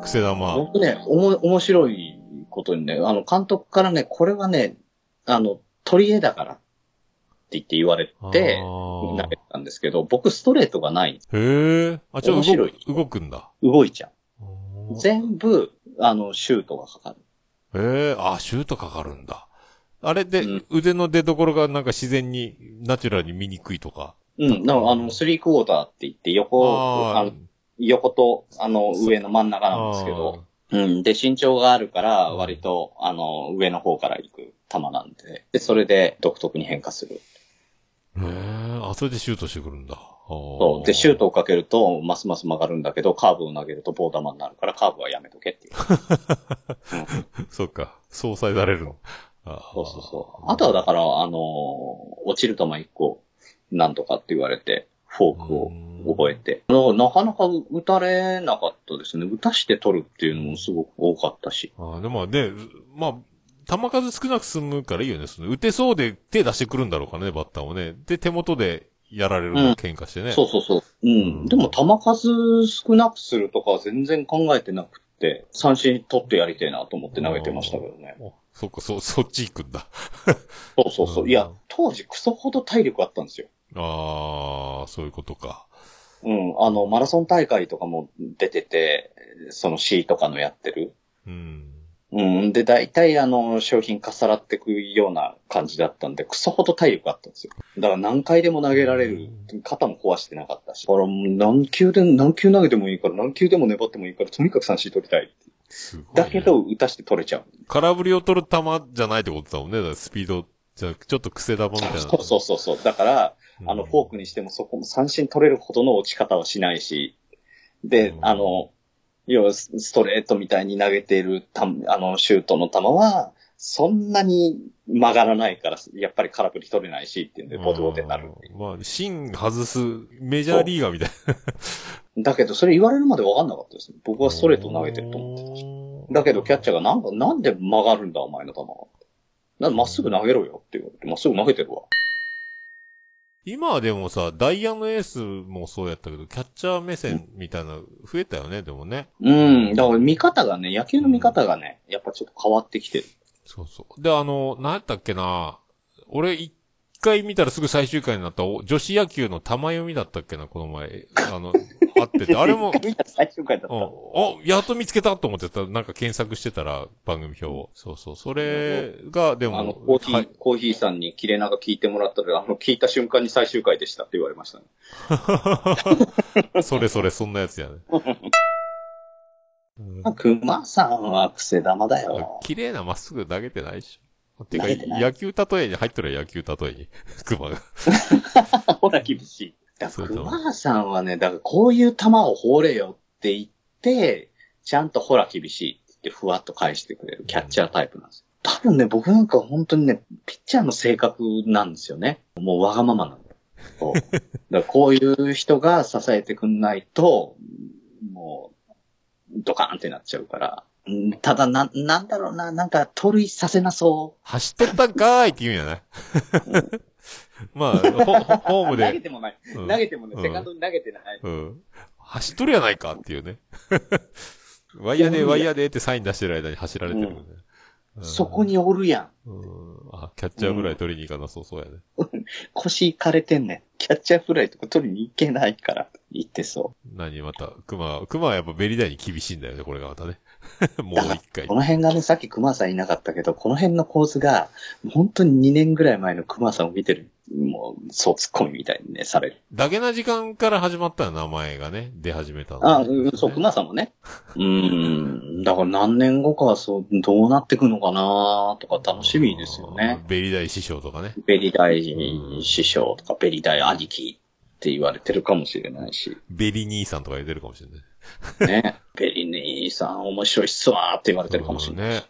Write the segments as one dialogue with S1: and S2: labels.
S1: くせ玉。
S2: 僕ね、おも、面白いことにね、あの、監督からね、これはね、あの、取り柄だからって言って言われて、投げたんですけど、僕ストレートがない。
S1: あーへえ。あ、ちょっ
S2: 面
S1: と動
S2: 白
S1: く
S2: い
S1: 動くんだ。
S2: 動いちゃ
S1: あ
S2: う。
S1: ー
S2: 全部、あの、シュートがかかる。
S1: へえ、あ、シュートかかるんだ。あれで、
S2: うん
S1: 腕の出所がなんか自然に、ナチュラルに見にくいとか。
S2: うん、だからあの、スリークォーターって言って、横、あ
S1: あ
S2: の横と、あの、上の真ん中
S1: あ
S2: なんですけど、うん。で、身長があるから、割と、あの、上の方から行く球なんで、で、それで独特に変化する。
S1: ー。へえ、あ、それでシュートしてくるんだ。
S2: そう。で、シュー
S1: ト。
S2: トをかけると、ますます曲がるんだけど、カーブを投げると棒球になるから、カーブはやめとけっていう。うん
S1: そっか。相殺されるの。あ
S2: そうそうそう。あとはだから、あの落ちる球一個、なんとかって言われて、フォークを覚えて。あのなかなか打たれなかったですね。打たして取るっていうのもすごく多かったし。
S1: ああ、でもね、まあ、球数少なく済むからいいよね。その打てそうで手出してくるんだろうからね、バッターをね。で、手元でやられるの
S2: うん
S1: 喧嘩してね。
S2: そうそうそう。うん。でも球数少なくするとかは全然考えてなくって、三振取ってやりてえなと思って投げてましたけどね。
S1: あそっか、そ、そっち行くんだ。
S2: そうそうそうう。
S1: ん
S2: いや、当時クソほど体力あったんですよ。
S1: ああ、そういうことか。
S2: うん。あの、マラソン大会とかも出てて、その C とかのやってる。
S1: うん。
S2: うん。で、大体あの、商品かさらってくような感じだったんで、クソほど体力あったんですよ。だから何回でも投げられる。肩も壊してなかったし。だからもう何球で、何球投げてもいいから、何球でも粘ってもいいから、とにかく三振取りたい。
S1: すごい、ね。
S2: だけど、、打たして取れちゃう。
S1: 空振りを取る球じゃないってことだもんね。だからスピードじゃなくちょっと癖玉みたいな。
S2: そうそうそうそう。だから、
S1: うん
S2: あの、フォークにしてもそこも三振取れるほどの落ち方はしないし、で
S1: う、ん
S2: あの、要はスストレートみたいに投げているた、あの、シュートの球は、そんなに曲がらないから、やっぱり空振り取れないしっていうんで、ボテボテになるってい
S1: うんまあ、芯外すメジャーリーガーみたいな。
S2: う。だけど、それ言われるまで分かんなかったですね。僕はストレート投げてると思ってたし。
S1: 思
S2: だけど、キャッチ
S1: ャー
S2: ャーがなんか、なんで曲がるんだ、お前の球は。なんでまっすぐ投げろよって言われて、まっすぐ投げてるわ。
S1: 今はでもさ、ダイヤのエースもそうやったけど、キャッチャー目線みたいな、増えたよね、でもね。
S2: うん。だから見方がね、野球の見方がね、やっぱちょっと変わってきてる。
S1: そうそう。で、あの、何やったっけな俺、一回見たらすぐ最終回になった、お女子野球の玉読みだったっけな、この前。あの、あってて、あ れも、
S2: 一回見た最終回だっ
S1: う
S2: た。
S1: ん、お、やっと見つけたと思ってた。なんか検索してたら、番組表を。そうそう。それが、でも、
S2: あの、コーヒー、
S1: はい
S2: コーヒーさんに切れ長聞いてもらったら、あの、聞いた瞬間に最終回でしたって言われましたね。
S1: それそれ、そんなやつ やね。うん
S2: 熊さんは癖玉だよ。
S1: 綺麗なまっすぐ投げてないでしょ。てか
S2: 投げて、ない
S1: 野球例えに入ってるよ、野球例えに。熊が。
S2: ほら、厳しい。だ
S1: そ
S2: か
S1: う
S2: ら
S1: そう
S2: 熊さんはね、だからこういう球を放れよって言って、ちゃんとほら、厳しいって言って、ふわっと返してくれるキャッチャータイプなんですよ。多分ね、僕なんか本当にね、ピッチャーの性格なんですよね。もうわがままなんだよ。こ うだからこういう人が支えてくんないと、もう、ドカーンってなっちゃうから。うんただ、な、なんだろうな、なんか、盗塁させなそ
S1: 走ってったんかーいって言うんやない まあ、ほほ
S2: う。
S1: ホーム
S2: 投げ
S1: で。
S2: てもない。
S1: うん
S2: 投げてもね、
S1: うん
S2: セカンドに投げてない。
S1: うん。走っとるやないかっていうね。 ワイヤーで、ワイヤーでってサイン出してる間に走られてるもんね。うん
S2: そこ。におるやん。
S1: うんあ、キャッチャーぐらい取りに行かなそうそうやね。
S2: 腰いかれてんねん。キャッチャーフライとか取りに行けないから。言ってそ
S1: 何また、熊、熊はやっぱベリダイに厳しいんだよね、これがまた ね。もう一回
S2: う。こ。の辺がね、さっき熊さんいなかったけど、この辺の構図が、本当に2年ぐらい前の熊さんを見てる、もう、そうツッコミみたいにね、される。
S1: だけな時間から始まったよ名前がね、出始めたのね。
S2: あ、うん、そう、熊さんもね。うーん。だから何年後かはそう、どうなってくのかなとか楽しみですよね。
S1: ベリダイ師匠とかね。
S2: ベリダイ師匠とか、ベリダイ兄貴って言われてるかもしれないし。
S1: ベリ兄さんとか言ってるかもしれない。
S2: ね。ベリ兄さん面白いっすわーって言われてるかもしれない。
S1: ね。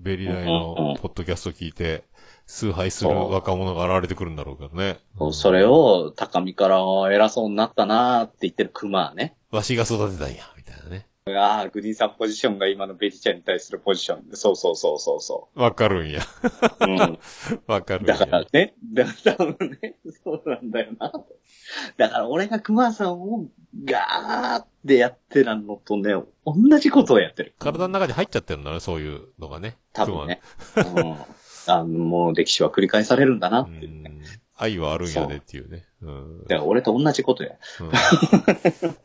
S1: ベリダイのポッドキャスト聞いて、崇拝する若者が現れてくるんだろうけどね。
S2: それを、高見から偉そうになったなーって言ってる熊はね。
S1: わしが育てたんや、みたいなね。
S2: ああ、グリーンさんポジションが今のベリちゃんに対するポジション。そうそうそうそうそ
S1: わかるんや。
S2: う。うん、
S1: わかるんや。
S2: だからね、だから多分ね、そうなんだよな。だから俺が熊さんをガーってやってたのとね、同じことをやってる。
S1: 体の中に入っちゃってるんだね、そういうのがね。
S2: 多分ね。うんあの、もう歴史は繰り返されるんだなっ
S1: 熊は。
S2: ていうね。
S1: うん愛はあるんやでっていうね。うん。
S2: だから俺と同じことや。
S1: う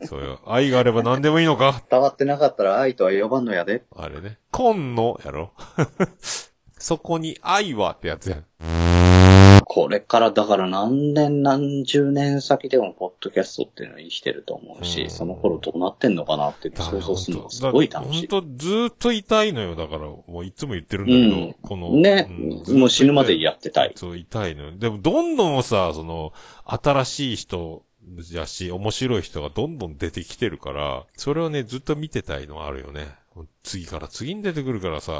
S1: んそうよ。愛があれば何でもいいのか
S2: 伝わってなかったら愛とは呼ばんのやで。
S1: あれね。今の、やろ そこに愛はってやつやん。
S2: これからだから何年何十年先でもポッドキャストっていうのは生きてると思うし、
S1: うん
S2: その頃どうなってんのかなって想像するのがすごい楽しい。
S1: 本当ずーっと痛いのよ。だから、もういつも言ってるんだけど、
S2: うん
S1: この。
S2: ね、
S1: うん
S2: もう死ぬまでやってたい。
S1: そう、痛いのよ。でも、どんどんさ、その、新しい人やし、面白い人がどんどん出てきてるから、それをね、ずっと見てたいのはあるよね。次から次に出てくるからさ、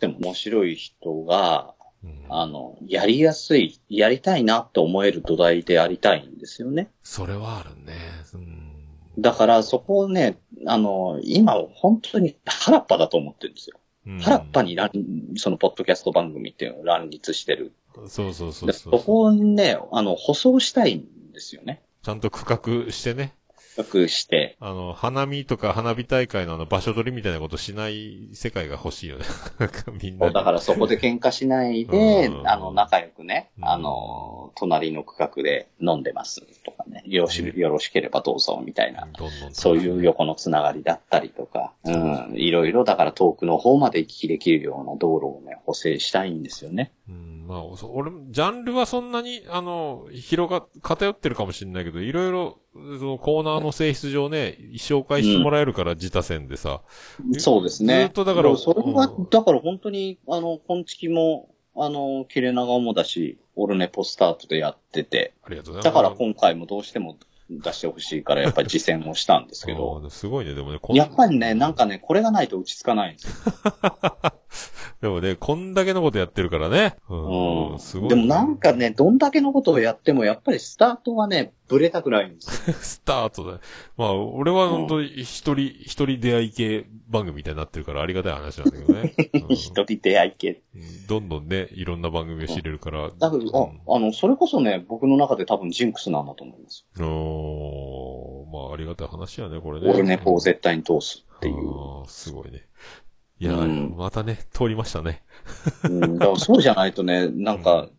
S2: でも面白い人が、
S1: うん、
S2: あの、やりやすい、やりたいなって思える土台でありたいんですよね。
S1: それはあるね。うん。
S2: だからそこをね、あの、今本当に腹っぱだと思ってるんですよ。
S1: うん
S2: 腹っぱに乱そのポッドキャスト番組っていうのを乱立してる。
S1: そうそうそう
S2: で
S1: そ。
S2: そうこをね、あの、舗装したいんですよね。
S1: ちゃんと区画してね。
S2: よくして。
S1: あの、花見とか花火大会のあの場所取りみたいなことしない世界が欲しいよね。 なんかみんな
S2: だ
S1: で。
S2: からそこで喧嘩しないで
S1: う、ん
S2: あの、仲良くね
S1: う、ん
S2: あの、隣の区画で飲んでますとかね、よろし
S1: う
S2: よろしければどうぞみたいな。
S1: どんどん
S2: そういう横のつながりだったりとか、うん、いろいろだから遠くの方まで行き来できるような道路をね、補正したいんですよね。
S1: うん、まあ、そ俺も、ジャンルはそんなに、あの、広が、偏ってるかもしれないけど、いろいろ、そのコーナーの性質上ね、紹介してもらえるから、自他戦でさ。え
S2: そうですね。
S1: ずっとだから
S2: それは
S1: うん、
S2: だから本当に、あの、今月も、あの、切れ長もだし、オルネポスタートでやってて、
S1: ありがとうござ
S2: だ
S1: いま
S2: から
S1: す。
S2: 今回もどうしても出してほしいから、やっぱり実践をしたんですけど、
S1: うんすごいね、でもね、こん
S2: やっぱりね、なんかね、これがないと落ち着かないんですよ。
S1: でもね、こんだけのことやってるからね。うん。
S2: うん
S1: すごい、
S2: でもなんか、ね、どんだけのことをやっても、やっぱりスタートはね、ブレたくないんですよ。
S1: スタートだ。まあ、俺は本当に一人、一人出会い系番組みたいになってるからありがたい話なんだけど ね。うん
S2: 一人出会い系。
S1: うんどんどんね、いろんな番組を知れるから。
S2: だけど、ああの、それこそね、僕の中で多分ジンクスなんだと思います。
S1: うんおーまあ、ありがたい話やね、これね。
S2: オルネポを絶対に通すっていう。
S1: あーすごいね。いやー、
S2: うん
S1: またね、通りましたね。
S2: うん、だからそうじゃないとね、なんか、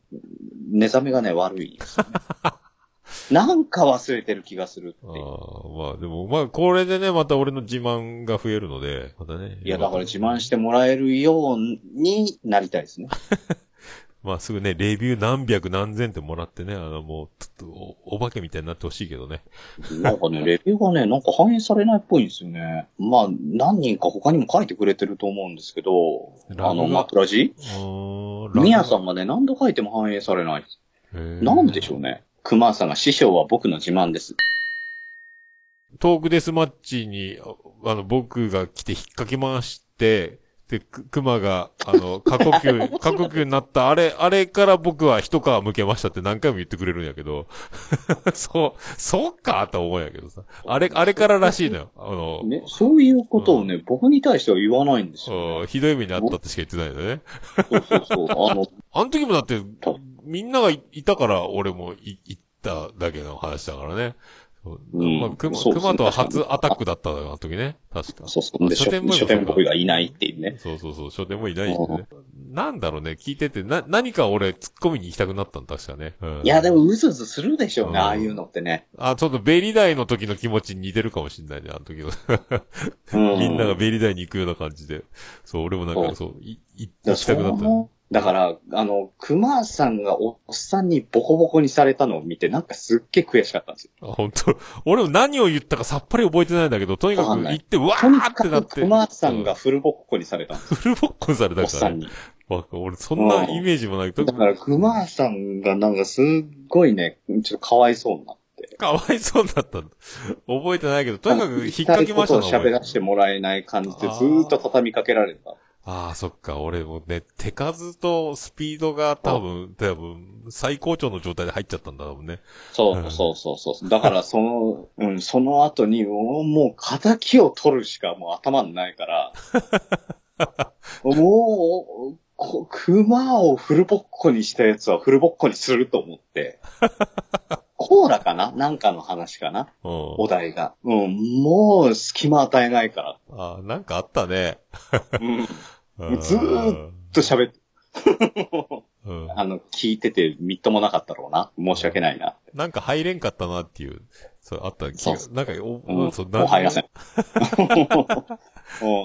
S2: 目覚めがね、悪いんですよ ね。なんか忘れてる気がする
S1: あー
S2: っていう。
S1: まあ、でも、まあ、これでね、また俺の自慢が増えるので、またね。。
S2: いや、だから自慢しててもらえるようになりたいで すね。
S1: まあ、すぐね、レビュー何百何千ってもらってね、あの、もう、ちょっとお、お化けみたいになってほしいけどね。
S2: なんかね、レビューがね、なんか反映されないっぽいんですよね。まあ、何人か他にも書いてくれてると思うんですけど、あの、マクラジ
S1: うー
S2: ミヤさ
S1: ん
S2: んがね、何度書いても反映されない。
S1: ラグ、
S2: なんでしょ
S1: う
S2: うね。熊さんが師匠は僕の自慢です。
S1: トークデスマッチに、ああの、僕が来て引っ掛け回して、で、く、熊が、あの、過呼 吸、過呼吸になった、あれ、あれから僕は一皮向けましたって何回も言ってくれるんやけど、 そう、そうかと思うんやけどさ。あれ、あれかららしいのよ。あの、
S2: ね、そういうことをね、僕に対しては言わないんですよ、
S1: う
S2: ね。
S1: んひどい目にあったってしか言ってないんだよね。
S2: そうそうそう。あの、
S1: あの時もだって、みんながいいたから俺もい行っただけの話だからね。そう
S2: うん
S1: まあ、熊
S2: そうですね
S1: 熊とは初アタックだったのよ、あの時ね。確か。
S2: そうそう。で、
S1: 書
S2: 書
S1: 店ボーイも
S2: 書店ボーイがいないっていうね。
S1: そうそうそう、書店もいないんでね。なんだろうね、聞いてて、な、何か俺、突っ込みに行きたくなったの、確かね。うん、
S2: いや、でも、。うずうずするでしょうね、
S1: うん
S2: ああいうのってね。
S1: あ、ちょっとベリーダイの時の気持ちに似てるかもしんないね、あの時の。
S2: う
S1: みんながベリーダイに行くような感じで。そう、俺もなんかそう、い、い行きたくなったね。
S2: だから、あの、熊さんがおっさんにボコボコにされたのを見て、なんかすっげえ悔しかったんですよ。
S1: あ本当俺も何を言ったかさっぱり覚えてないんだけど、とにかく
S2: わかんな
S1: 行
S2: い
S1: って、わ
S2: とに
S1: ーっ
S2: か
S1: てなっ
S2: く
S1: て。
S2: 熊さんがフルボコにされたんですよ、
S1: フルボッコンされ
S2: お
S1: た
S2: っ
S1: か
S2: さ
S1: ら
S2: ん
S1: ね。
S2: に。
S1: わか俺、そんなイメージもない。
S2: だから、熊さんがなんかすっごいね、ちょっとかわいそうになって。
S1: かわいそうだったんだ。覚えてないけど、とにかく引っ掛けました
S2: の
S1: の
S2: こと
S1: 覚
S2: を
S1: えてる
S2: 喋らせてもらえない感じで、ずーっと畳みかけられた。
S1: ああ、そっか。俺もね、手数とスピードが多分、多分、最高潮の状態で入っちゃったんだろうね。
S2: そうそうそうそう。だから、その、 うん、その後に、もう、もう、仇を取るしかもう頭にないから、もう、こ熊をフルボッコにしたやつはフルボッコにすると思って、コーラかななんかの話かな
S1: う
S2: お題が。うん、もう隙間与えないか
S1: ん。あなんかあったね。
S2: ら。うん。
S1: うん
S2: ずーと喋って、
S1: うん
S2: あの、聞いててみっともなかったろうな。申し訳ないな。
S1: なんか入れんかったなっていう、そう、あった気が
S2: そ
S1: なんか、お、
S2: うん
S1: おそう
S2: もう入らせん
S1: ん。。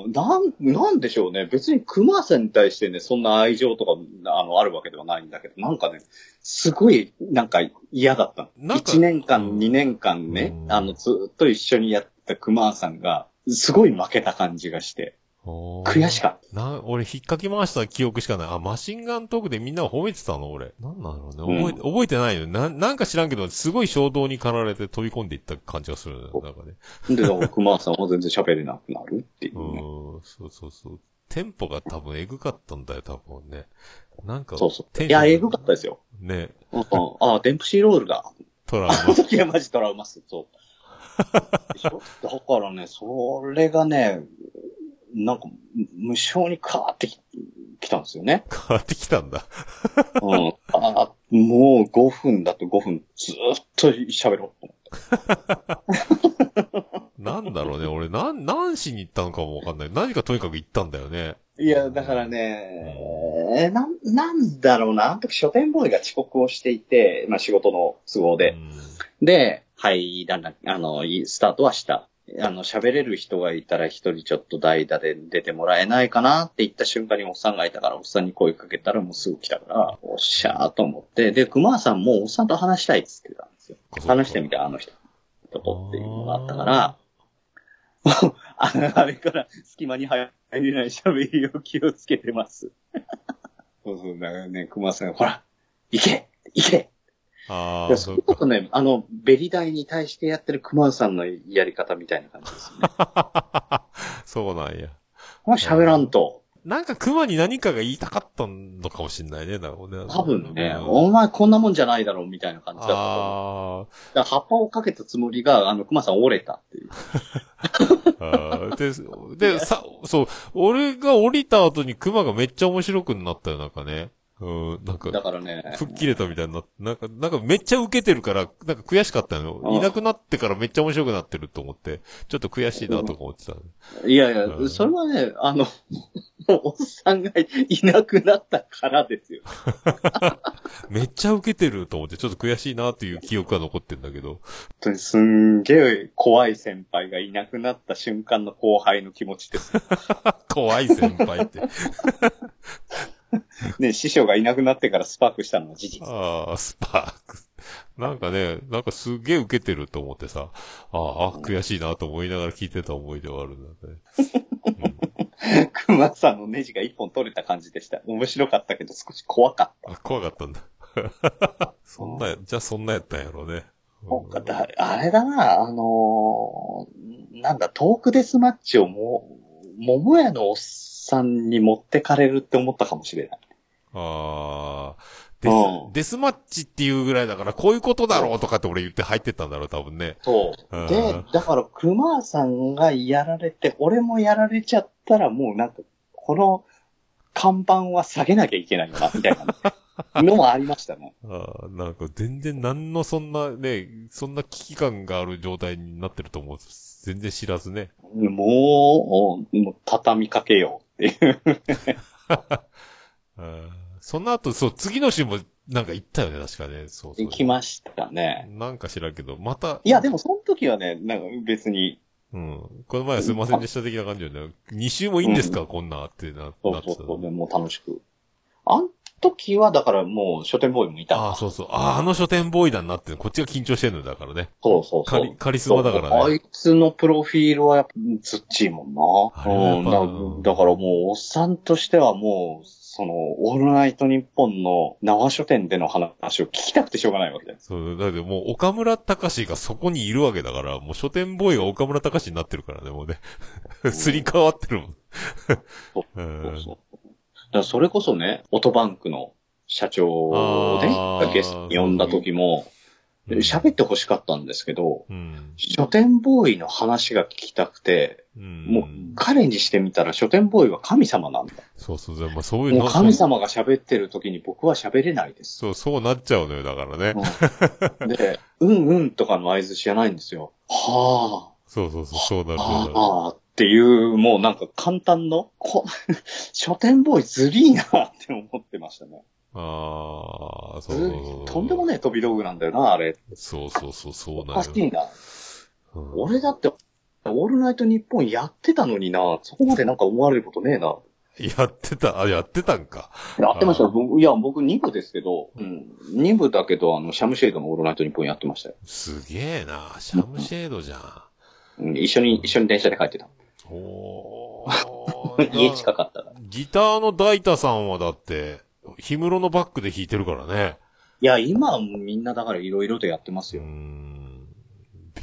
S2: うんなん、なんでしょうね。別に熊さんに対してね、そんな愛情とか、あの、あるわけではないんだけど、なんかね、すごい、なんか嫌だった
S1: な
S2: の。
S1: んか
S2: 1年
S1: う
S2: 間、
S1: ん
S2: 2年間ね
S1: う、ん
S2: あの、ずっと一緒にやった熊さんが、すごい負けた感じがして、
S1: おー
S2: 悔しかっ
S1: な、俺、引っかき回した記憶しかない。あ、マシンガントークでみんなを褒めてたの俺。なんなんだろうね。覚えて、覚えてないよ。な、なんか知らんけど、すごい衝動に駆られて飛び込んでいった感じがするね。なんかね。
S2: た。で、だから熊さんは全然喋れなくなるっていううね。
S1: ーん、そうそうそう。テンポが多分エグかったんだよ、多分ね。なんか、
S2: そうそう。
S1: テン
S2: い
S1: ション
S2: や、えぐかったですよ。
S1: ね、
S2: うんうんあ、デンプシーロールだ。
S1: トラウ
S2: あの時はマジトラウマっす。 そう。でしょだからね、それがね、なんか、む無性にカーってき来たんですよね。
S1: マ変わってきたんだ。
S2: うん。あもう5分だと5分ずっと喋ろう。
S1: なんだろうね、俺、なん、何しに行ったのかもわかんない。何かとにかく行ったんだよね。
S2: いや、だからね、えーなん、なんだろうな。あの時書店ボーイが遅刻をしていて、まあ仕事の都合で
S1: う。ん、
S2: で、はい、だんだん、あの、いスタートはした。あの、喋れる人がいたら一人ちょっと代打で出てもらえないかなって言った瞬間におっさんがいたから、おっさんに声かけたらもうすぐ来たから、おっしゃーと思って、で、熊さんもおっさんと話したいっつってたんですよ
S1: そっ。か
S2: 話してみたら、あの人とこっていうのがあったから、あのあれから隙間に入れない喋りを気をつけてます。そうそう、だからね、熊さん、ほら、行け行け
S1: ああ、
S2: いや、そ
S1: そうっか。
S2: ね、あの、ベリダイに対してやってる熊さんのやり方みたいな感じですよね。
S1: そうなんや。
S2: まあ喋らんと。
S1: なんか熊に何かが言いたかったのかもしんないね、なんかね
S2: 多分ね、
S1: うん
S2: お前こんなもんじゃないだろうみたいな感じだったと思う。
S1: あー
S2: だから葉っぱをかけたつもりが、あの、熊さん折れたっていう。
S1: あー。で、で、さ、そう、俺が降りた後に熊がめっちゃ面白くなったよ、なんかね。うん、なん
S2: だ
S1: か、
S2: からね。
S1: 吹っ切れたみたいになって、なんか、なんかめっちゃ受けてるから、なんか悔しかったの
S2: う
S1: よ。
S2: ん
S1: いなくなってからめっちゃ面白くなってると思って、ちょっと悔しいなとか思ってた。
S2: いやいや、
S1: うん
S2: それはね、あの、おっさんがいなくなったからですよ。
S1: めっちゃ受けてると思って、ちょっと悔しいなっていう記憶が残ってんだけど。
S2: 本当にすんげえ怖い先輩がいなくなった瞬間の後輩の気持ちです。
S1: 怖い先輩って。
S2: ね、師匠がいなくなってからスパークしたのは事実。
S1: ああ、スパーク。なんかね、なんかすげえ受けてると思ってさ、あーあ、悔しいなと思いながら聞いてた思い出はあるんだね。
S2: 熊さんのネジが一本取れた感じでした。面白かったけど少し怖かった。
S1: あ、怖かったんだ。 そんな、じゃあそんなやったんやろうね。うん
S2: 怖かった。あれだな、あのーなんだ、トークデスマッチをもう、桃屋のおっさんに持ってかれるって思ったかもしれない。
S1: ああ、デス
S2: うん、
S1: デスマッチっていうぐらいだから、こういうことだろうとかって俺言って入ってったんだろう、多分ね。
S2: そう。で
S1: あ、
S2: だから熊さんがやられて、俺もやられちゃったらもうなんか、この看板は下げなきゃいけないよな、みたい なのもありましたね。
S1: ああ、なんか全然何のそんなね、そんな危機感がある状態になってると思う。全然知らずね。
S2: もう、もう畳みかけようっていう。
S1: うんその後、そう、次の週もなんか行ったよね、確かね。そうそう。
S2: 行きましたね。
S1: なんか知らんけど、また。
S2: いや、でもその時はね、なんか別に、
S1: うん。この前はすいませんでした的な感じよね。2週もいいんですか、こんなってな、
S2: そ
S1: な
S2: う
S1: って
S2: そう
S1: た
S2: そう、
S1: の。
S2: もう楽しく。あん時は、だからもう書店ボーイもいた
S1: ああ、そうそう。ああ、あの書店ボーイだなって、こっちが緊張してるのだからね。
S2: そうそう
S1: カ
S2: そ
S1: リ
S2: う。
S1: カリスマだか
S2: そう
S1: ら
S2: あ
S1: ね。
S2: いつのプロフィールはやっぱ、ずっちいもん
S1: あれはやっぱ
S2: な。うんだ。だからもう、おっさんとしてはもう、その、オールナイトニッポンの縄書店での話を聞きたくてしょうがないわけです。
S1: そう、だけどもう岡村隆史がそこにいるわけだから、もう書店ボーイが岡村隆史になってるからね、もうね。すり替わってるもん。
S2: そう
S1: う
S2: そうんそう。だからそれこそね、オトバンクの社長をね
S1: あー、
S2: ゲストに呼んだ時も、
S1: うん
S2: 喋って欲しかったんですけど、
S1: うん。
S2: 書店ボーイの話が聞きたくて、
S1: うん。
S2: もう彼にしてみたら書店ボーイは神様なんだ。
S1: そうそうそう、まあそういう
S2: も
S1: の
S2: う神様が喋ってる時に僕は喋れないです。
S1: そう、そうなっちゃうのよ、だからね。
S2: うんで、うんうんとかの合図じゃないんですよ。はあ。
S1: そうそうそう、そうなる、そうなる。
S2: ああっていう、もうなんか簡単の、こ 書店ボーイずりーなって思ってましたね。
S1: ああ、そうそうそう。
S2: とんでもねえ飛び道具なんだよな、あれ。
S1: そうそうそう、そう
S2: お
S1: な
S2: か
S1: る
S2: し。いな。
S1: うん
S2: 俺だって、オールナイト日本やってたのにな、そこまでなんか思われることねえな。
S1: やってた、あ、やってたんか。
S2: やってましたよ。
S1: あ
S2: 僕いや、僕2部ですけど、うん、2部だけど、あの、シャムシェードのオールナイト日本やってましたよ。
S1: すげえな、シャムシェードじゃ ん。
S2: うん、一緒に、一緒に電車で帰って た。
S1: お
S2: 家近
S1: ー。
S2: かったから。
S1: ギターのダイタさんはだって、氷室のバックで弾いてるからね。
S2: いや、今はもうみんなだからいろいろとやってます
S1: うー
S2: よ。
S1: ん。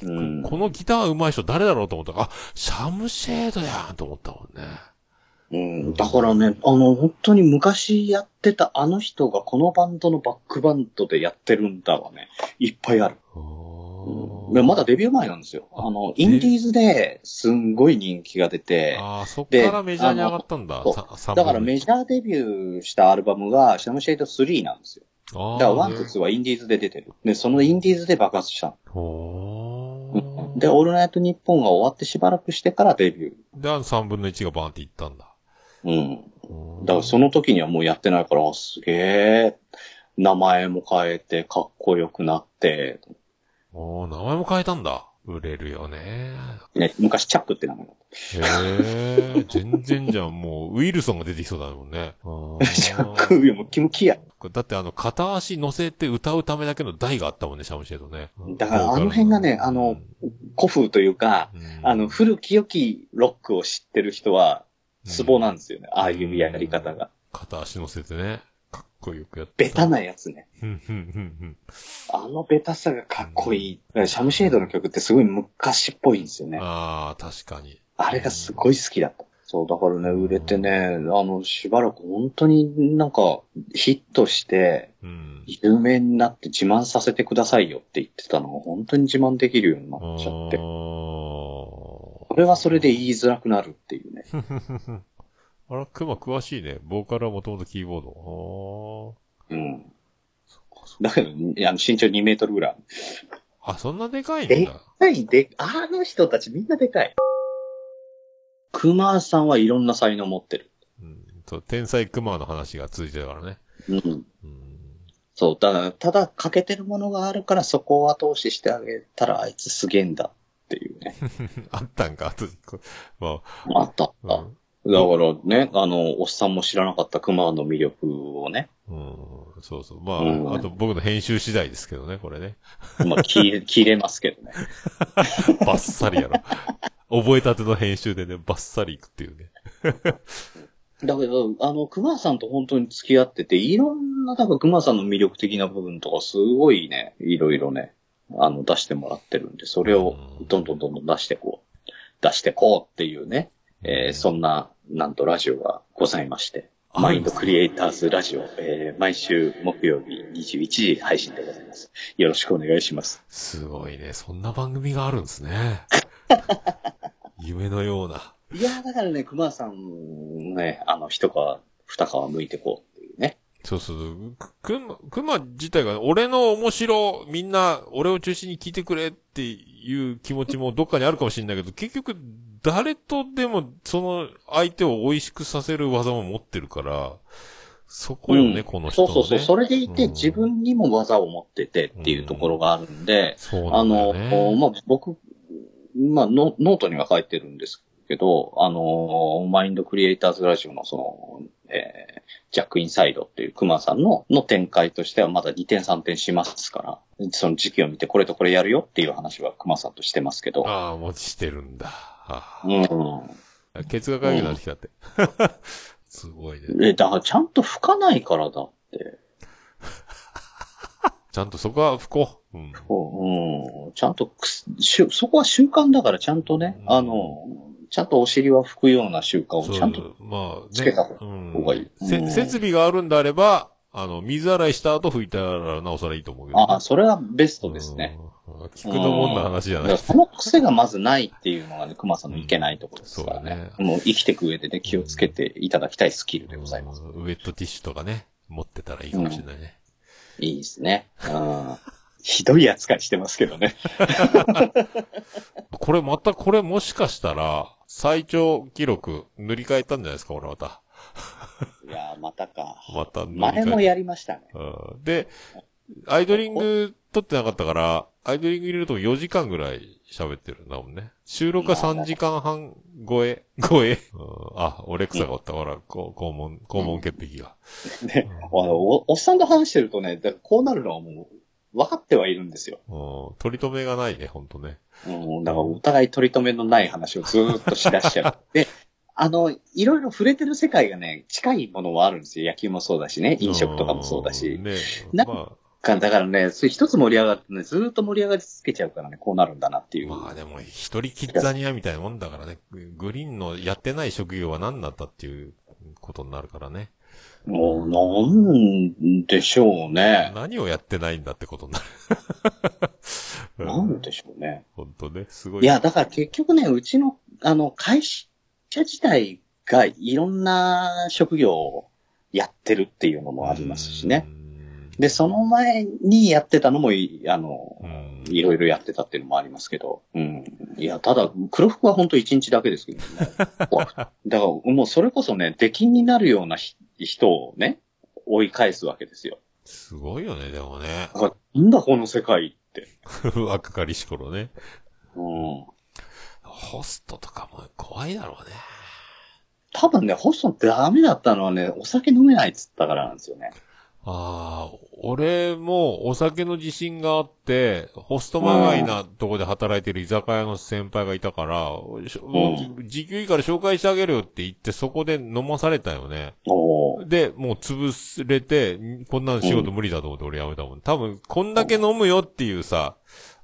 S2: うん。
S1: このギター上手い人誰だろうと思ったら、あ、シャムシェードやんと思ったもんね。
S2: うん、だからね、あの、本当に昔やってたあの人がこのバンドのバックバンドでやってるんだわね。いっぱいある。
S1: お
S2: うん
S1: ー
S2: でまだデビュー前なんですよ。あの、インディーズですんごい人気が出て、
S1: ああ、そっからメジャーに上がったんだ。
S2: で
S1: さ
S2: だからメジャーデビューしたアルバムがシャムシェイド3なんですよ。
S1: ャー
S2: だから1と2はインディーズで出てる。で、そのインディーズで爆発した
S1: ほ
S2: の。で、オールナイトニッポンが終わってしばらくしてからデビュ
S1: で、あの3分の1がバーンっていったんだ。
S2: ー。う
S1: お
S2: ん。
S1: ー
S2: だからその時にはもうやってないから、あすげえ。名前も変えて、かっこよくなって、
S1: おー名前も変えたんだ。売れるよね。
S2: ね、昔チャックって名前だっ
S1: へえ、全然じゃん。もう、ウィルソンが出てきそうだもんね。あー
S2: た。チャ ックよりもキムキや。
S1: だってあの、片足乗せて歌うためだけの台があったもんね、シャムシェードね。
S2: だからあの辺がねあの古風というか、
S1: うん、
S2: あの、古き良きロックを知ってる人は、ツボなん
S1: で
S2: ですよね。ああいうやり方が。
S1: 片足乗せてね、かっこよくやって。
S2: ベタ
S1: な。
S2: なやつね。
S1: うん、うん、うん。
S2: あのベタさがかっこいい。だからシャムシェードの曲ってすごい昔っぽいんですよね。
S1: ああ、確かに。
S2: あれがすごい好きだった。そう、だからね、売れてね、あの、しばらく本当になんかヒットして、
S1: うん。
S2: 有名になって自慢させてくださいよって言ってたのが本当に自慢できるようになっちゃって。
S1: こ
S2: それはそれで言いづらくなるっていうね。
S1: あら、クマ詳しいね。ボーカルはもともとキーボード。
S2: うん。
S1: あー
S2: だけど、あの身長2メートルぐらい。
S1: あ、そんなでかいん
S2: え
S1: だ。
S2: はい、で、あの人たちみんなでかい。熊さんはいろんな才能持ってる。
S1: うん、そう天才クマの話が続いてたからね。
S2: う
S1: う
S2: ん。
S1: ん、
S2: そう、だから、ただ欠けてるものがあるからそこを後押ししてあげたらあいつすげえんだっていうね。
S1: あったんか、あと、こま
S2: あったあっ
S1: あ、
S2: た。だからね、あの、おっさんも知らなかった熊の魅力をね、
S1: うん、うん、そうそう。まあ、
S2: うん
S1: あと僕の編集次第ですけどね、これね。
S2: まあ、 切れ、切れますけどね。
S1: バッサリや ろ。覚えたての編集でね、バッサリいくっていうね。
S2: だけど、あの、熊さんと本当に付き合ってて、いろんな、だから熊さんの魅力的な部分とか、すごいね、いろいろね、あの、出してもらってるんで、それを
S1: うん
S2: どんどんどんどん出してこう。出してこうっていうね、えーそんな、なんとラジオがございまして。
S1: あ
S2: マインドクリエイターズラジオ、えー毎週木曜日21時配信でございます。よろしくお願いします。
S1: すごいね。そんな番組があるんです ね。夢のような。
S2: いやー、だからね、熊さん、ね、あの、一皮、二皮むいてこうっていうね。
S1: そうそう。く、くま、くま自体が、俺の面白、みんな、俺を中心に聞いてくれっていう気持ち もどっかにあるかもしれないけど、結局、誰とでも、その、相手を美味しくさせる技も持ってるから、そこよね、
S2: うん
S1: この人
S2: そ
S1: の、
S2: う
S1: ね。
S2: そうそう。それでいて、
S1: うん
S2: 自分にも技を持っててっていうところがあるんで、
S1: そうな
S2: あ
S1: んだよ
S2: の、
S1: ね。
S2: まあ、僕、まあノ、ノートには書いてるんですけど、あの、マインドクリエイターズラジオのその、えージャックインサイドっていうクマさんのの展開としてはまだ2点3点しますから、その時期を見てこれとこれやるよっていう話はクマさんとしてますけど、
S1: ああ、持ちしてるんだ。あ
S2: うん。
S1: あ。ケツがかゆくなってきたって。 すごいね。
S2: えだからちゃんと吹かないからだって。
S1: ちゃんとそこは不幸。うん。
S2: うん、ちゃんとくすしゅ、そこは習慣だからちゃんとね、
S1: うん
S2: あの、ちゃんとお尻は拭くような習慣を
S1: そう
S2: ちゃんと、
S1: まあ、ね、
S2: つけた方
S1: うん
S2: がいい
S1: せ
S2: うん
S1: 設備があるんであれば、あの、水洗いした後拭いたらなおさらいいと思うけど。
S2: ああ、それはベストですね。
S1: うん。聞くのもんな話じゃな
S2: だから
S1: い。
S2: その癖がまずないっていうのがね、熊さんのいけないところです
S1: そう
S2: か
S1: だ
S2: らね。
S1: ね。
S2: もう生きていく上でね、気をつけていただきたいスキルでございます。
S1: うんウェットティッシュとかね、持ってたらいいかもしれないね。
S2: いいですね。うん。ひどい扱いしてますけどね。
S1: これまたこれもしかしたら、最長記録塗り替えたんじゃないですか、俺また。
S2: いやー、またか。
S1: また塗り替えた
S2: 前もやりましたね。
S1: うんで、アイドリング撮ってなかったから、アイドリング入れると4時間ぐらい喋ってるんだもんね。収録は3時間半超え、超え。うんあ、オレクサがおった。ほら、こう肛門、肛門潔癖が。
S2: ねあのお、おっさんと話してるとね、だからこうなるのはもう、分かってはいるんですよ。
S1: うん取り留めがないね、ほんとね。
S2: うん、だからお互い取り留めのない話をずーっとしだしちゃう。で、 あの、いろいろ触れてる世界がね、近いものはあるんですよ。野球もそうだしね、飲食とかもそうだ
S1: ん
S2: し。
S1: ね。
S2: な
S1: ま
S2: だからね、それ一つ盛り上がってね、ずーっと盛り上がり続けちゃうからね、こうなるんだなってい
S1: あ、
S2: う。
S1: まあでも、一人キッザニアみたいなもんだからね。グリーンのやってない職業は何だったっていうことになるからね。
S2: もう、なんでしょうね。
S1: 何をやってないんだってことになる。 う
S2: なんでしょうね。
S1: ほんとね、すごい。
S2: いや、だから結局ね、うちの、あの、会社自体がいろんな職業をやってるっていうのもありますしね。で、その前にやってたのもい、あの
S1: う、ん、
S2: いろいろやってたっていうのもありますけど。うん。いや、ただ、黒服は本当一日だけですけどね。怖くてだから、もうそれこそね、出禁になるようなひ人をね、追い返すわけですよ。
S1: すごいよね、でもね。
S2: だから、なんだこの世界って。
S1: 若かりし頃ね。
S2: うん。
S1: ホストとかも怖いだろうね。
S2: 多分ね、ホストダメだったのはね、お酒飲めないっつったからなんですよね。
S1: ああ、俺もお酒の自信があって、ホストまがいなとこで働いてる居酒屋の先輩がいたから、しょもう時給いいから紹介してあげるよって言ってそこで飲まされたよね。
S2: おー
S1: で、もう潰れて、んこんなの仕事無理だと思って俺辞めたもん。多分、こんだけ飲むよっていうさ、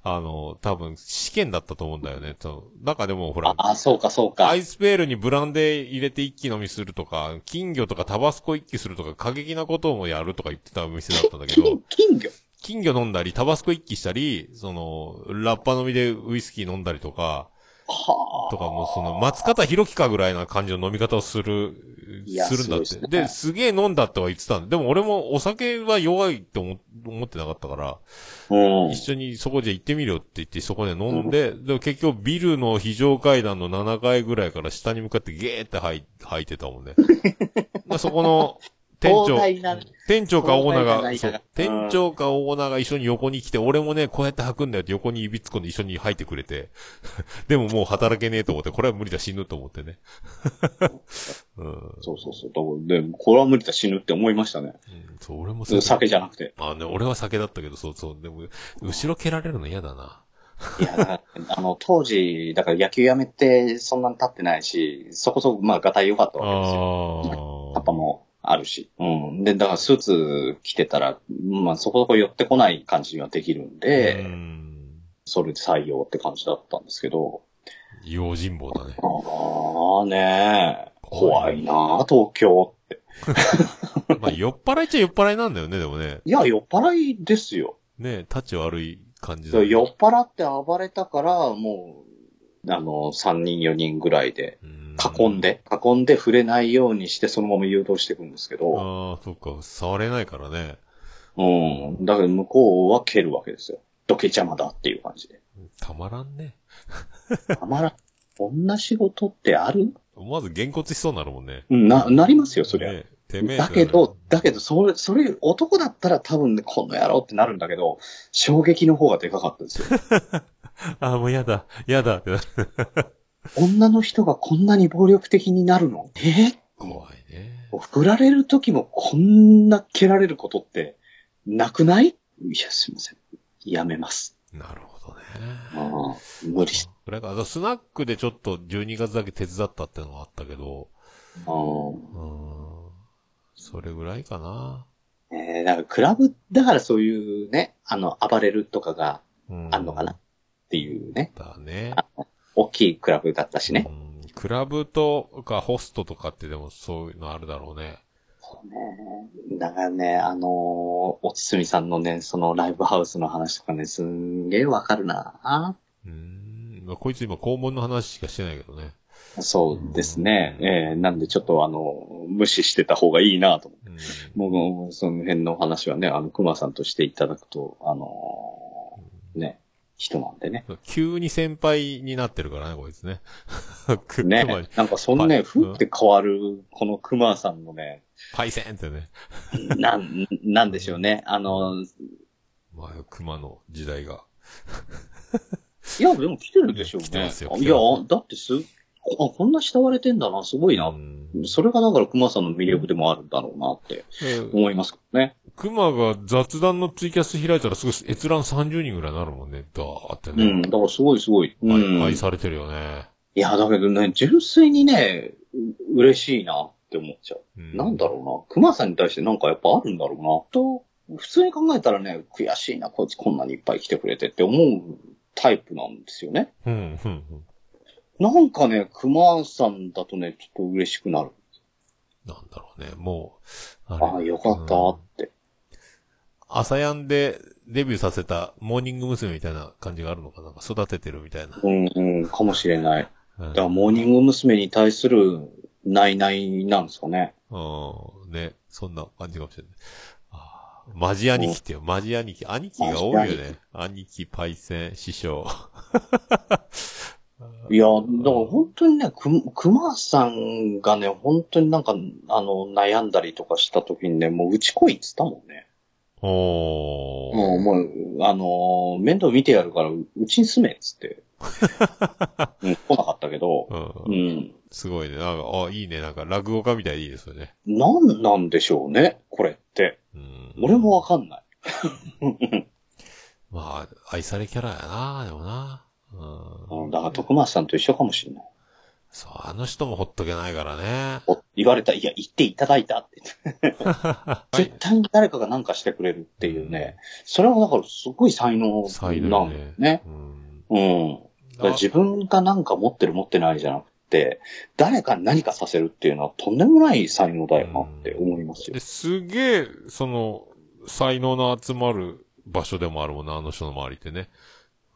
S1: あの、多分、試験だったと思うんだよね。となんかでも、ほら
S2: あ、あ、そうか、そうか
S1: ア。イスペールにブランデー入れて一気飲みするとか、金魚とかタバスコ一気するとか、過激なこともやるとか言ってたお店だったんだけど
S2: 金、、金魚
S1: 金魚飲んだり、タバスコ一気したり、その、ラッパ飲みでウイスキー飲んだりとか、
S2: はあ。
S1: とかもうその、松方弘樹かぐらいな感じの飲み方をする
S2: いや、
S1: するんだっ
S2: そう
S1: て。
S2: ですね
S1: で、すげえ飲んだとは言ってたんで、でも俺もお酒は弱いって思思ってなかったから、
S2: うん
S1: 一。緒にそこじゃ行ってみるよって言って、そこで飲んで、でも結局ビルの非常階段の7階ぐらいから下に向かってゲーって吐い吐いてたもん ね。でそこの、店長
S2: 広大な、
S1: 店長かオーナー
S2: 広大な
S1: が、
S2: い
S1: そ
S2: か
S1: う
S2: ら、
S1: 店長かオーナーが一緒に横に来て、俺もね、こうやって吐くんだよって横に指突っ込んで一緒に吐いてくれて、 でももう働けねえと思って、これは無理だ死ぬと思ってね。 うん、うん
S2: そうそうそう。で、これは無理だ、死ぬって思いましたね。
S1: そう、俺もそう。
S2: 酒じゃなくて。
S1: あね、俺は酒だったけど、そうそう。でも、後ろ蹴られるの嫌だな。
S2: いや、だからあの、当時、だから野球やめてそんなに経ってないし、そこそこ、まあ、ガタイ良かったわけですよ。
S1: あ
S2: パパもあるし。うん。で、だからスーツ着てたら、まあ、そこそこ寄ってこない感じにはできるん
S1: あ
S2: で、
S1: うん
S2: それで採用って感じだったんですけど、
S1: 用心棒だね。
S2: ああねえ、怖いなあ東京って。
S1: まあ、酔っ払いっちゃ酔っ払いなんだよね、でもね。
S2: いや、酔っ払いですよ。
S1: ね、立ち悪い感じだ、ね。
S2: 酔っ払って暴れたから、もう、あの、3人4人ぐらいで、
S1: うん
S2: 囲ん。で、囲んで触れないようにして、そのまま誘導していくんですけど、
S1: ああ、そっか、触れないからね。
S2: うん。だけど向こうは蹴るわけですよ。どけ邪魔だっていう感 じで。
S1: たまらんね。
S2: たまらん。こんな仕事ってある
S1: 思わずげんこつしそうになるもんね。
S2: うんな、なりますよ、そりゃ。
S1: ね、てめえ。
S2: だけど、だけど、それ、それ、男だったら多分ね、この野郎ってなるんだけど、衝撃の方がでかかったで すよ。
S1: ああ、もうやだ、やだってなる。
S2: 女の人がこんなに暴力的になるのえー
S1: 怖いね。
S2: 振られる時もこんな蹴られることってなくないいや、すいません。やめます。
S1: なるほどね。
S2: ああ無理。
S1: それか、あとスナックでちょっと12月だけ手伝ったってのがあったけど、
S2: ああ
S1: うん。それぐらいかな。
S2: えー、だからクラブだからそういうね、あの、暴れるとかが
S1: うん
S2: あんのかなっていうね、
S1: だね。
S2: 大きいクラブだったしね。
S1: うんクラブとかホストとかってでもそういうのあるだろうね。
S2: そうね。だからね、あのーおつすみさんのね、そのライブハウスの話とかね、すんげえわかるな。
S1: うーん。まあ、こいつ今、肛門の話しかしてないけどね。
S2: そうですね。えーなんでちょっとあの、無視してた方がいいなと思って。
S1: うん。
S2: もう、その辺のお話はね、あの、熊さんとしていただくと、あのーね、人なんでね。
S1: 急に先輩になってるからね、こいつね。く熊
S2: ね
S1: に、
S2: なんかそん
S1: は
S2: ね、
S1: い
S2: ふって変わる、この熊さんのね、
S1: パイセンってね。
S2: なん、なんでしょうね。あの、
S1: まあ、熊の時代が。
S2: いや、でも来てるでしょうね。
S1: 来てますよ
S2: いや、だってす、あ、こんな慕われてんだな、すごいな
S1: う。ん
S2: それがだから熊さんの魅力でもあるんだろうなって思いますけどね。
S1: 熊が雑談のツイキャス開いたらすごい閲覧30人ぐらいになるもんね。だーって
S2: う
S1: ね
S2: ん、。だからすごいすごい。う
S1: 愛
S2: ん。
S1: 愛
S2: い
S1: されてるよね。
S2: や、だけどね、純粋にね、う嬉しいなって思っちゃう。
S1: う
S2: なんだろうな。熊さんに対してなんかやっぱあるんだろうな。と、普通に考えたらね、悔しいな、こいつこんなにいっぱい来てくれてって思うタイプなんですよね。
S1: う。うん、うん、うん。
S2: なんかね、熊さんだとね、ちょっと嬉しくなる。
S1: なんだろうね。もう、
S2: ああ、よかった
S1: うん
S2: って。
S1: 朝やんでデビューさせたモーニング娘。みたいな感じがあるのかななんか育ててるみたいな。
S2: うん、うん、かもしれない。
S1: うん
S2: だから、モーニング娘。に対する、ないないなんですかね。
S1: うん。ね。そんな感じかもしれない。あーマジ兄貴ってよ。マジ兄貴。兄貴が多いよね。兄貴、パイセン、師匠。
S2: いや、だから本当にね、く、熊さんがね、本当になんか、あの、悩んだりとかした時にね、もう、うちこいっつったもんね。
S1: おー。
S2: もう、もう、あのー面倒見てやるから、ううちに住めっつって。うん、来なかったけど、
S1: う。
S2: うんん。
S1: すごいね。なんか、あ、いいね。なんか、落語家みたいでいいですよね。
S2: なんなんでしょうね、これって。
S1: うん。
S2: 俺もわかんない。
S1: まあ、愛されキャラやな、でもな。うん。
S2: うん、だから、徳松さんと一緒かもしれない。
S1: そう、あの人もほっとけないからね。
S2: お言われた、いや、言っていただ いたって。絶対に誰かが何かしてくれるっていうね。それはだからすごい才能
S1: 才
S2: な
S1: 能
S2: んだよ
S1: ね。
S2: ね。
S1: うん。
S2: うん。だから自分が何か持ってる持ってないじゃなくて、誰かに何かさせるっていうのはとんでもない才能だよなって思いますよ
S1: で。すげえ、その、才能の集まる場所でもあるもんな、あの人の周りってね。。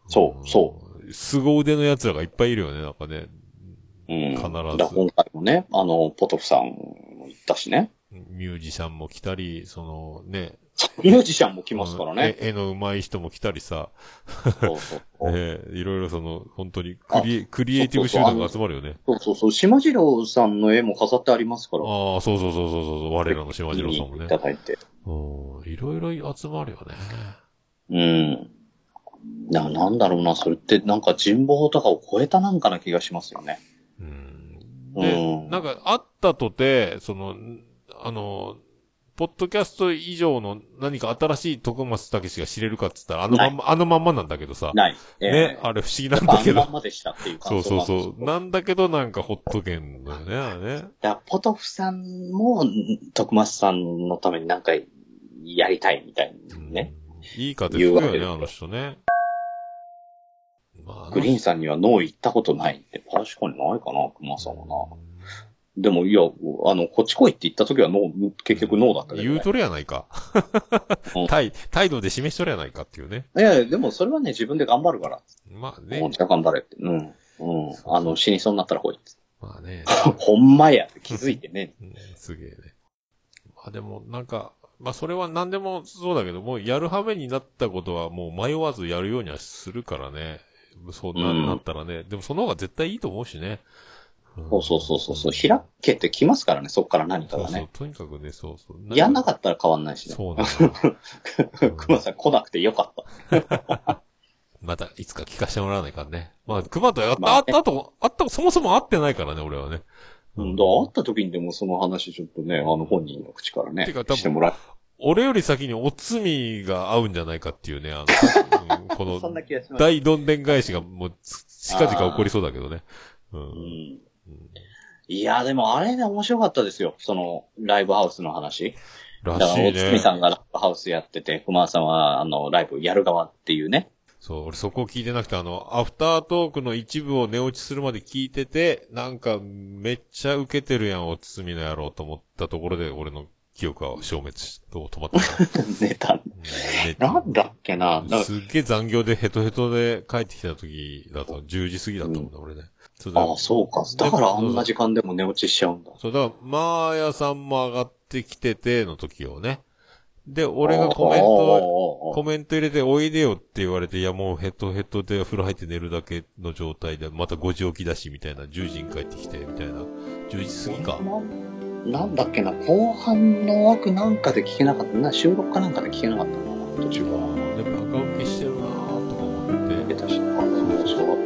S2: そうそう
S1: 凄腕の奴らがいっぱいいるよね、なんかね。
S2: うん。
S1: 必ず
S2: だから今回もね、あの、ポトフさんも行ったしね。
S1: ミュージシャンも来たり、そのね。
S2: ミュージシャンも来ますからね。
S1: あの絵絵の上手い人も来たりさ、
S2: そうそうそう。
S1: ええいろいろその、本当にクリエ、クリエイティブ集団が集まるよね。
S2: そうそうそう。島次郎さんの絵も飾ってありますから。
S1: ああ、そうそうそうそうそう、我らの島次郎さんも
S2: 見に行
S1: ね
S2: って。いただいて。
S1: うん、いろいろ集まるよね。
S2: うん。な、なんだろうな、それってなんか人望とかを超えたなんかな気がしますよね。
S1: うん。
S2: う
S1: で、
S2: ん
S1: なんか、あったとて、その、あの、ポッドキャスト以上の何か新しい徳松武史が知れるかっつったら、あのまんま、あのまんまなんだけどさ。
S2: ない。ええ
S1: ね、あれ不思議なん
S2: や
S1: だ
S2: っぱ
S1: け
S2: あのま
S1: ど
S2: ん。までしたっていう
S1: そ
S2: 感
S1: う
S2: 想
S1: そ
S2: な
S1: うん
S2: ですよ
S1: そう。なんだけど、なんかほっとけんのよね、あれね。
S2: だからポトフさんも、徳松さんのためになんかやりたいみたいにね。
S1: うん。いい風吹くよ
S2: 言
S1: ね、
S2: うわ
S1: あ
S2: け
S1: の人ね。まあ、
S2: グリーンさんにはノー行ったことないって、確かにないかな、熊さんはな。
S1: な。
S2: でも、いや、あの、こっち来いって言った時はノー、結局ノーだったけど、
S1: 言う
S2: ね。
S1: とるやないか
S2: う ん。
S1: 態態度で示しとるやないかっていうね。
S2: いやいや、でもそれはね、自分で頑張るから。
S1: まあ
S2: も
S1: ね
S2: う。じゃあ頑張れって。うん。うん。あの、死にそうになったら来いって。
S1: まあね。
S2: ほんまやって気づいてね。
S1: うんすげえね。まあでも、なんか、まあそれは何でもそうだけど、もうやるはめになったことはもう迷わずやるようにはするからね。そうな,、
S2: うん
S1: なったらね。でもその方が絶対いいと思うしね。
S2: そうそうそうそうそう。開けてきますからね、そこから何か
S1: そう
S2: が
S1: そう
S2: ね。。
S1: とにかくね、そうそう。
S2: やんなかったら変わんないしね。
S1: そうなのよ。うん
S2: 熊さん来なくてよかった。
S1: また、いつか聞かせてもらわないからね。まあ、熊とやった、
S2: まあ
S1: あったと、あった、そもそも会ってないからね、俺はね。
S2: うん、だから会った時にでもその話ちょっとね、あの本人の口からね
S1: てか多、分
S2: してもら
S1: 俺より先におつみが合うんじゃないかっていうね、あ の、うんこ
S2: う。そんな
S1: の、
S2: 気がします。
S1: 大どんでん返しがもう、近々起こりそうだけどね。う。
S2: うんん。いや、でもあれね、面白かったですよ。その、ライブハウスの話。
S1: ら
S2: だ
S1: し
S2: から、
S1: い
S2: 大
S1: ね
S2: 月さ。んがライブハウスやってて、熊さんは、あの、ライブやる側っていうね。
S1: そう、俺そこ聞いてなくて、あの、アフタートークの一部を寝落ちするまで聞いてて、なんか、めっちゃウケてるやん、おつみの野郎と思ったところで、俺の記憶は消滅し、と止まった な。
S2: ネタ。
S1: うん
S2: なんだっけななんか
S1: すっげえ残業でヘトヘトで帰ってきた時だと10時過ぎだったもんね、俺ね。それで
S2: ああ、そうか。だからあんな時間でも寝落ちしちゃうんだ。
S1: そう、だから、マーヤさんも上がってきてての時をね。で、俺がコメントを、コ
S2: ト。
S1: メント入れて、おいでよって言われて、いや、もうヘトヘトで風呂入って寝るだけの状態で、また5時起きだし、みたいな、10時に帰ってきて、みたいな、10時過ぎか。
S2: ななんだっけな、後半の枠なんかで聞けなかったな、収録かなんかで聞けなかったのかな、途中
S1: あ
S2: は。
S1: ーでも、バカ受けしてるなーとか思って
S2: 出、たし、あ、そうそう。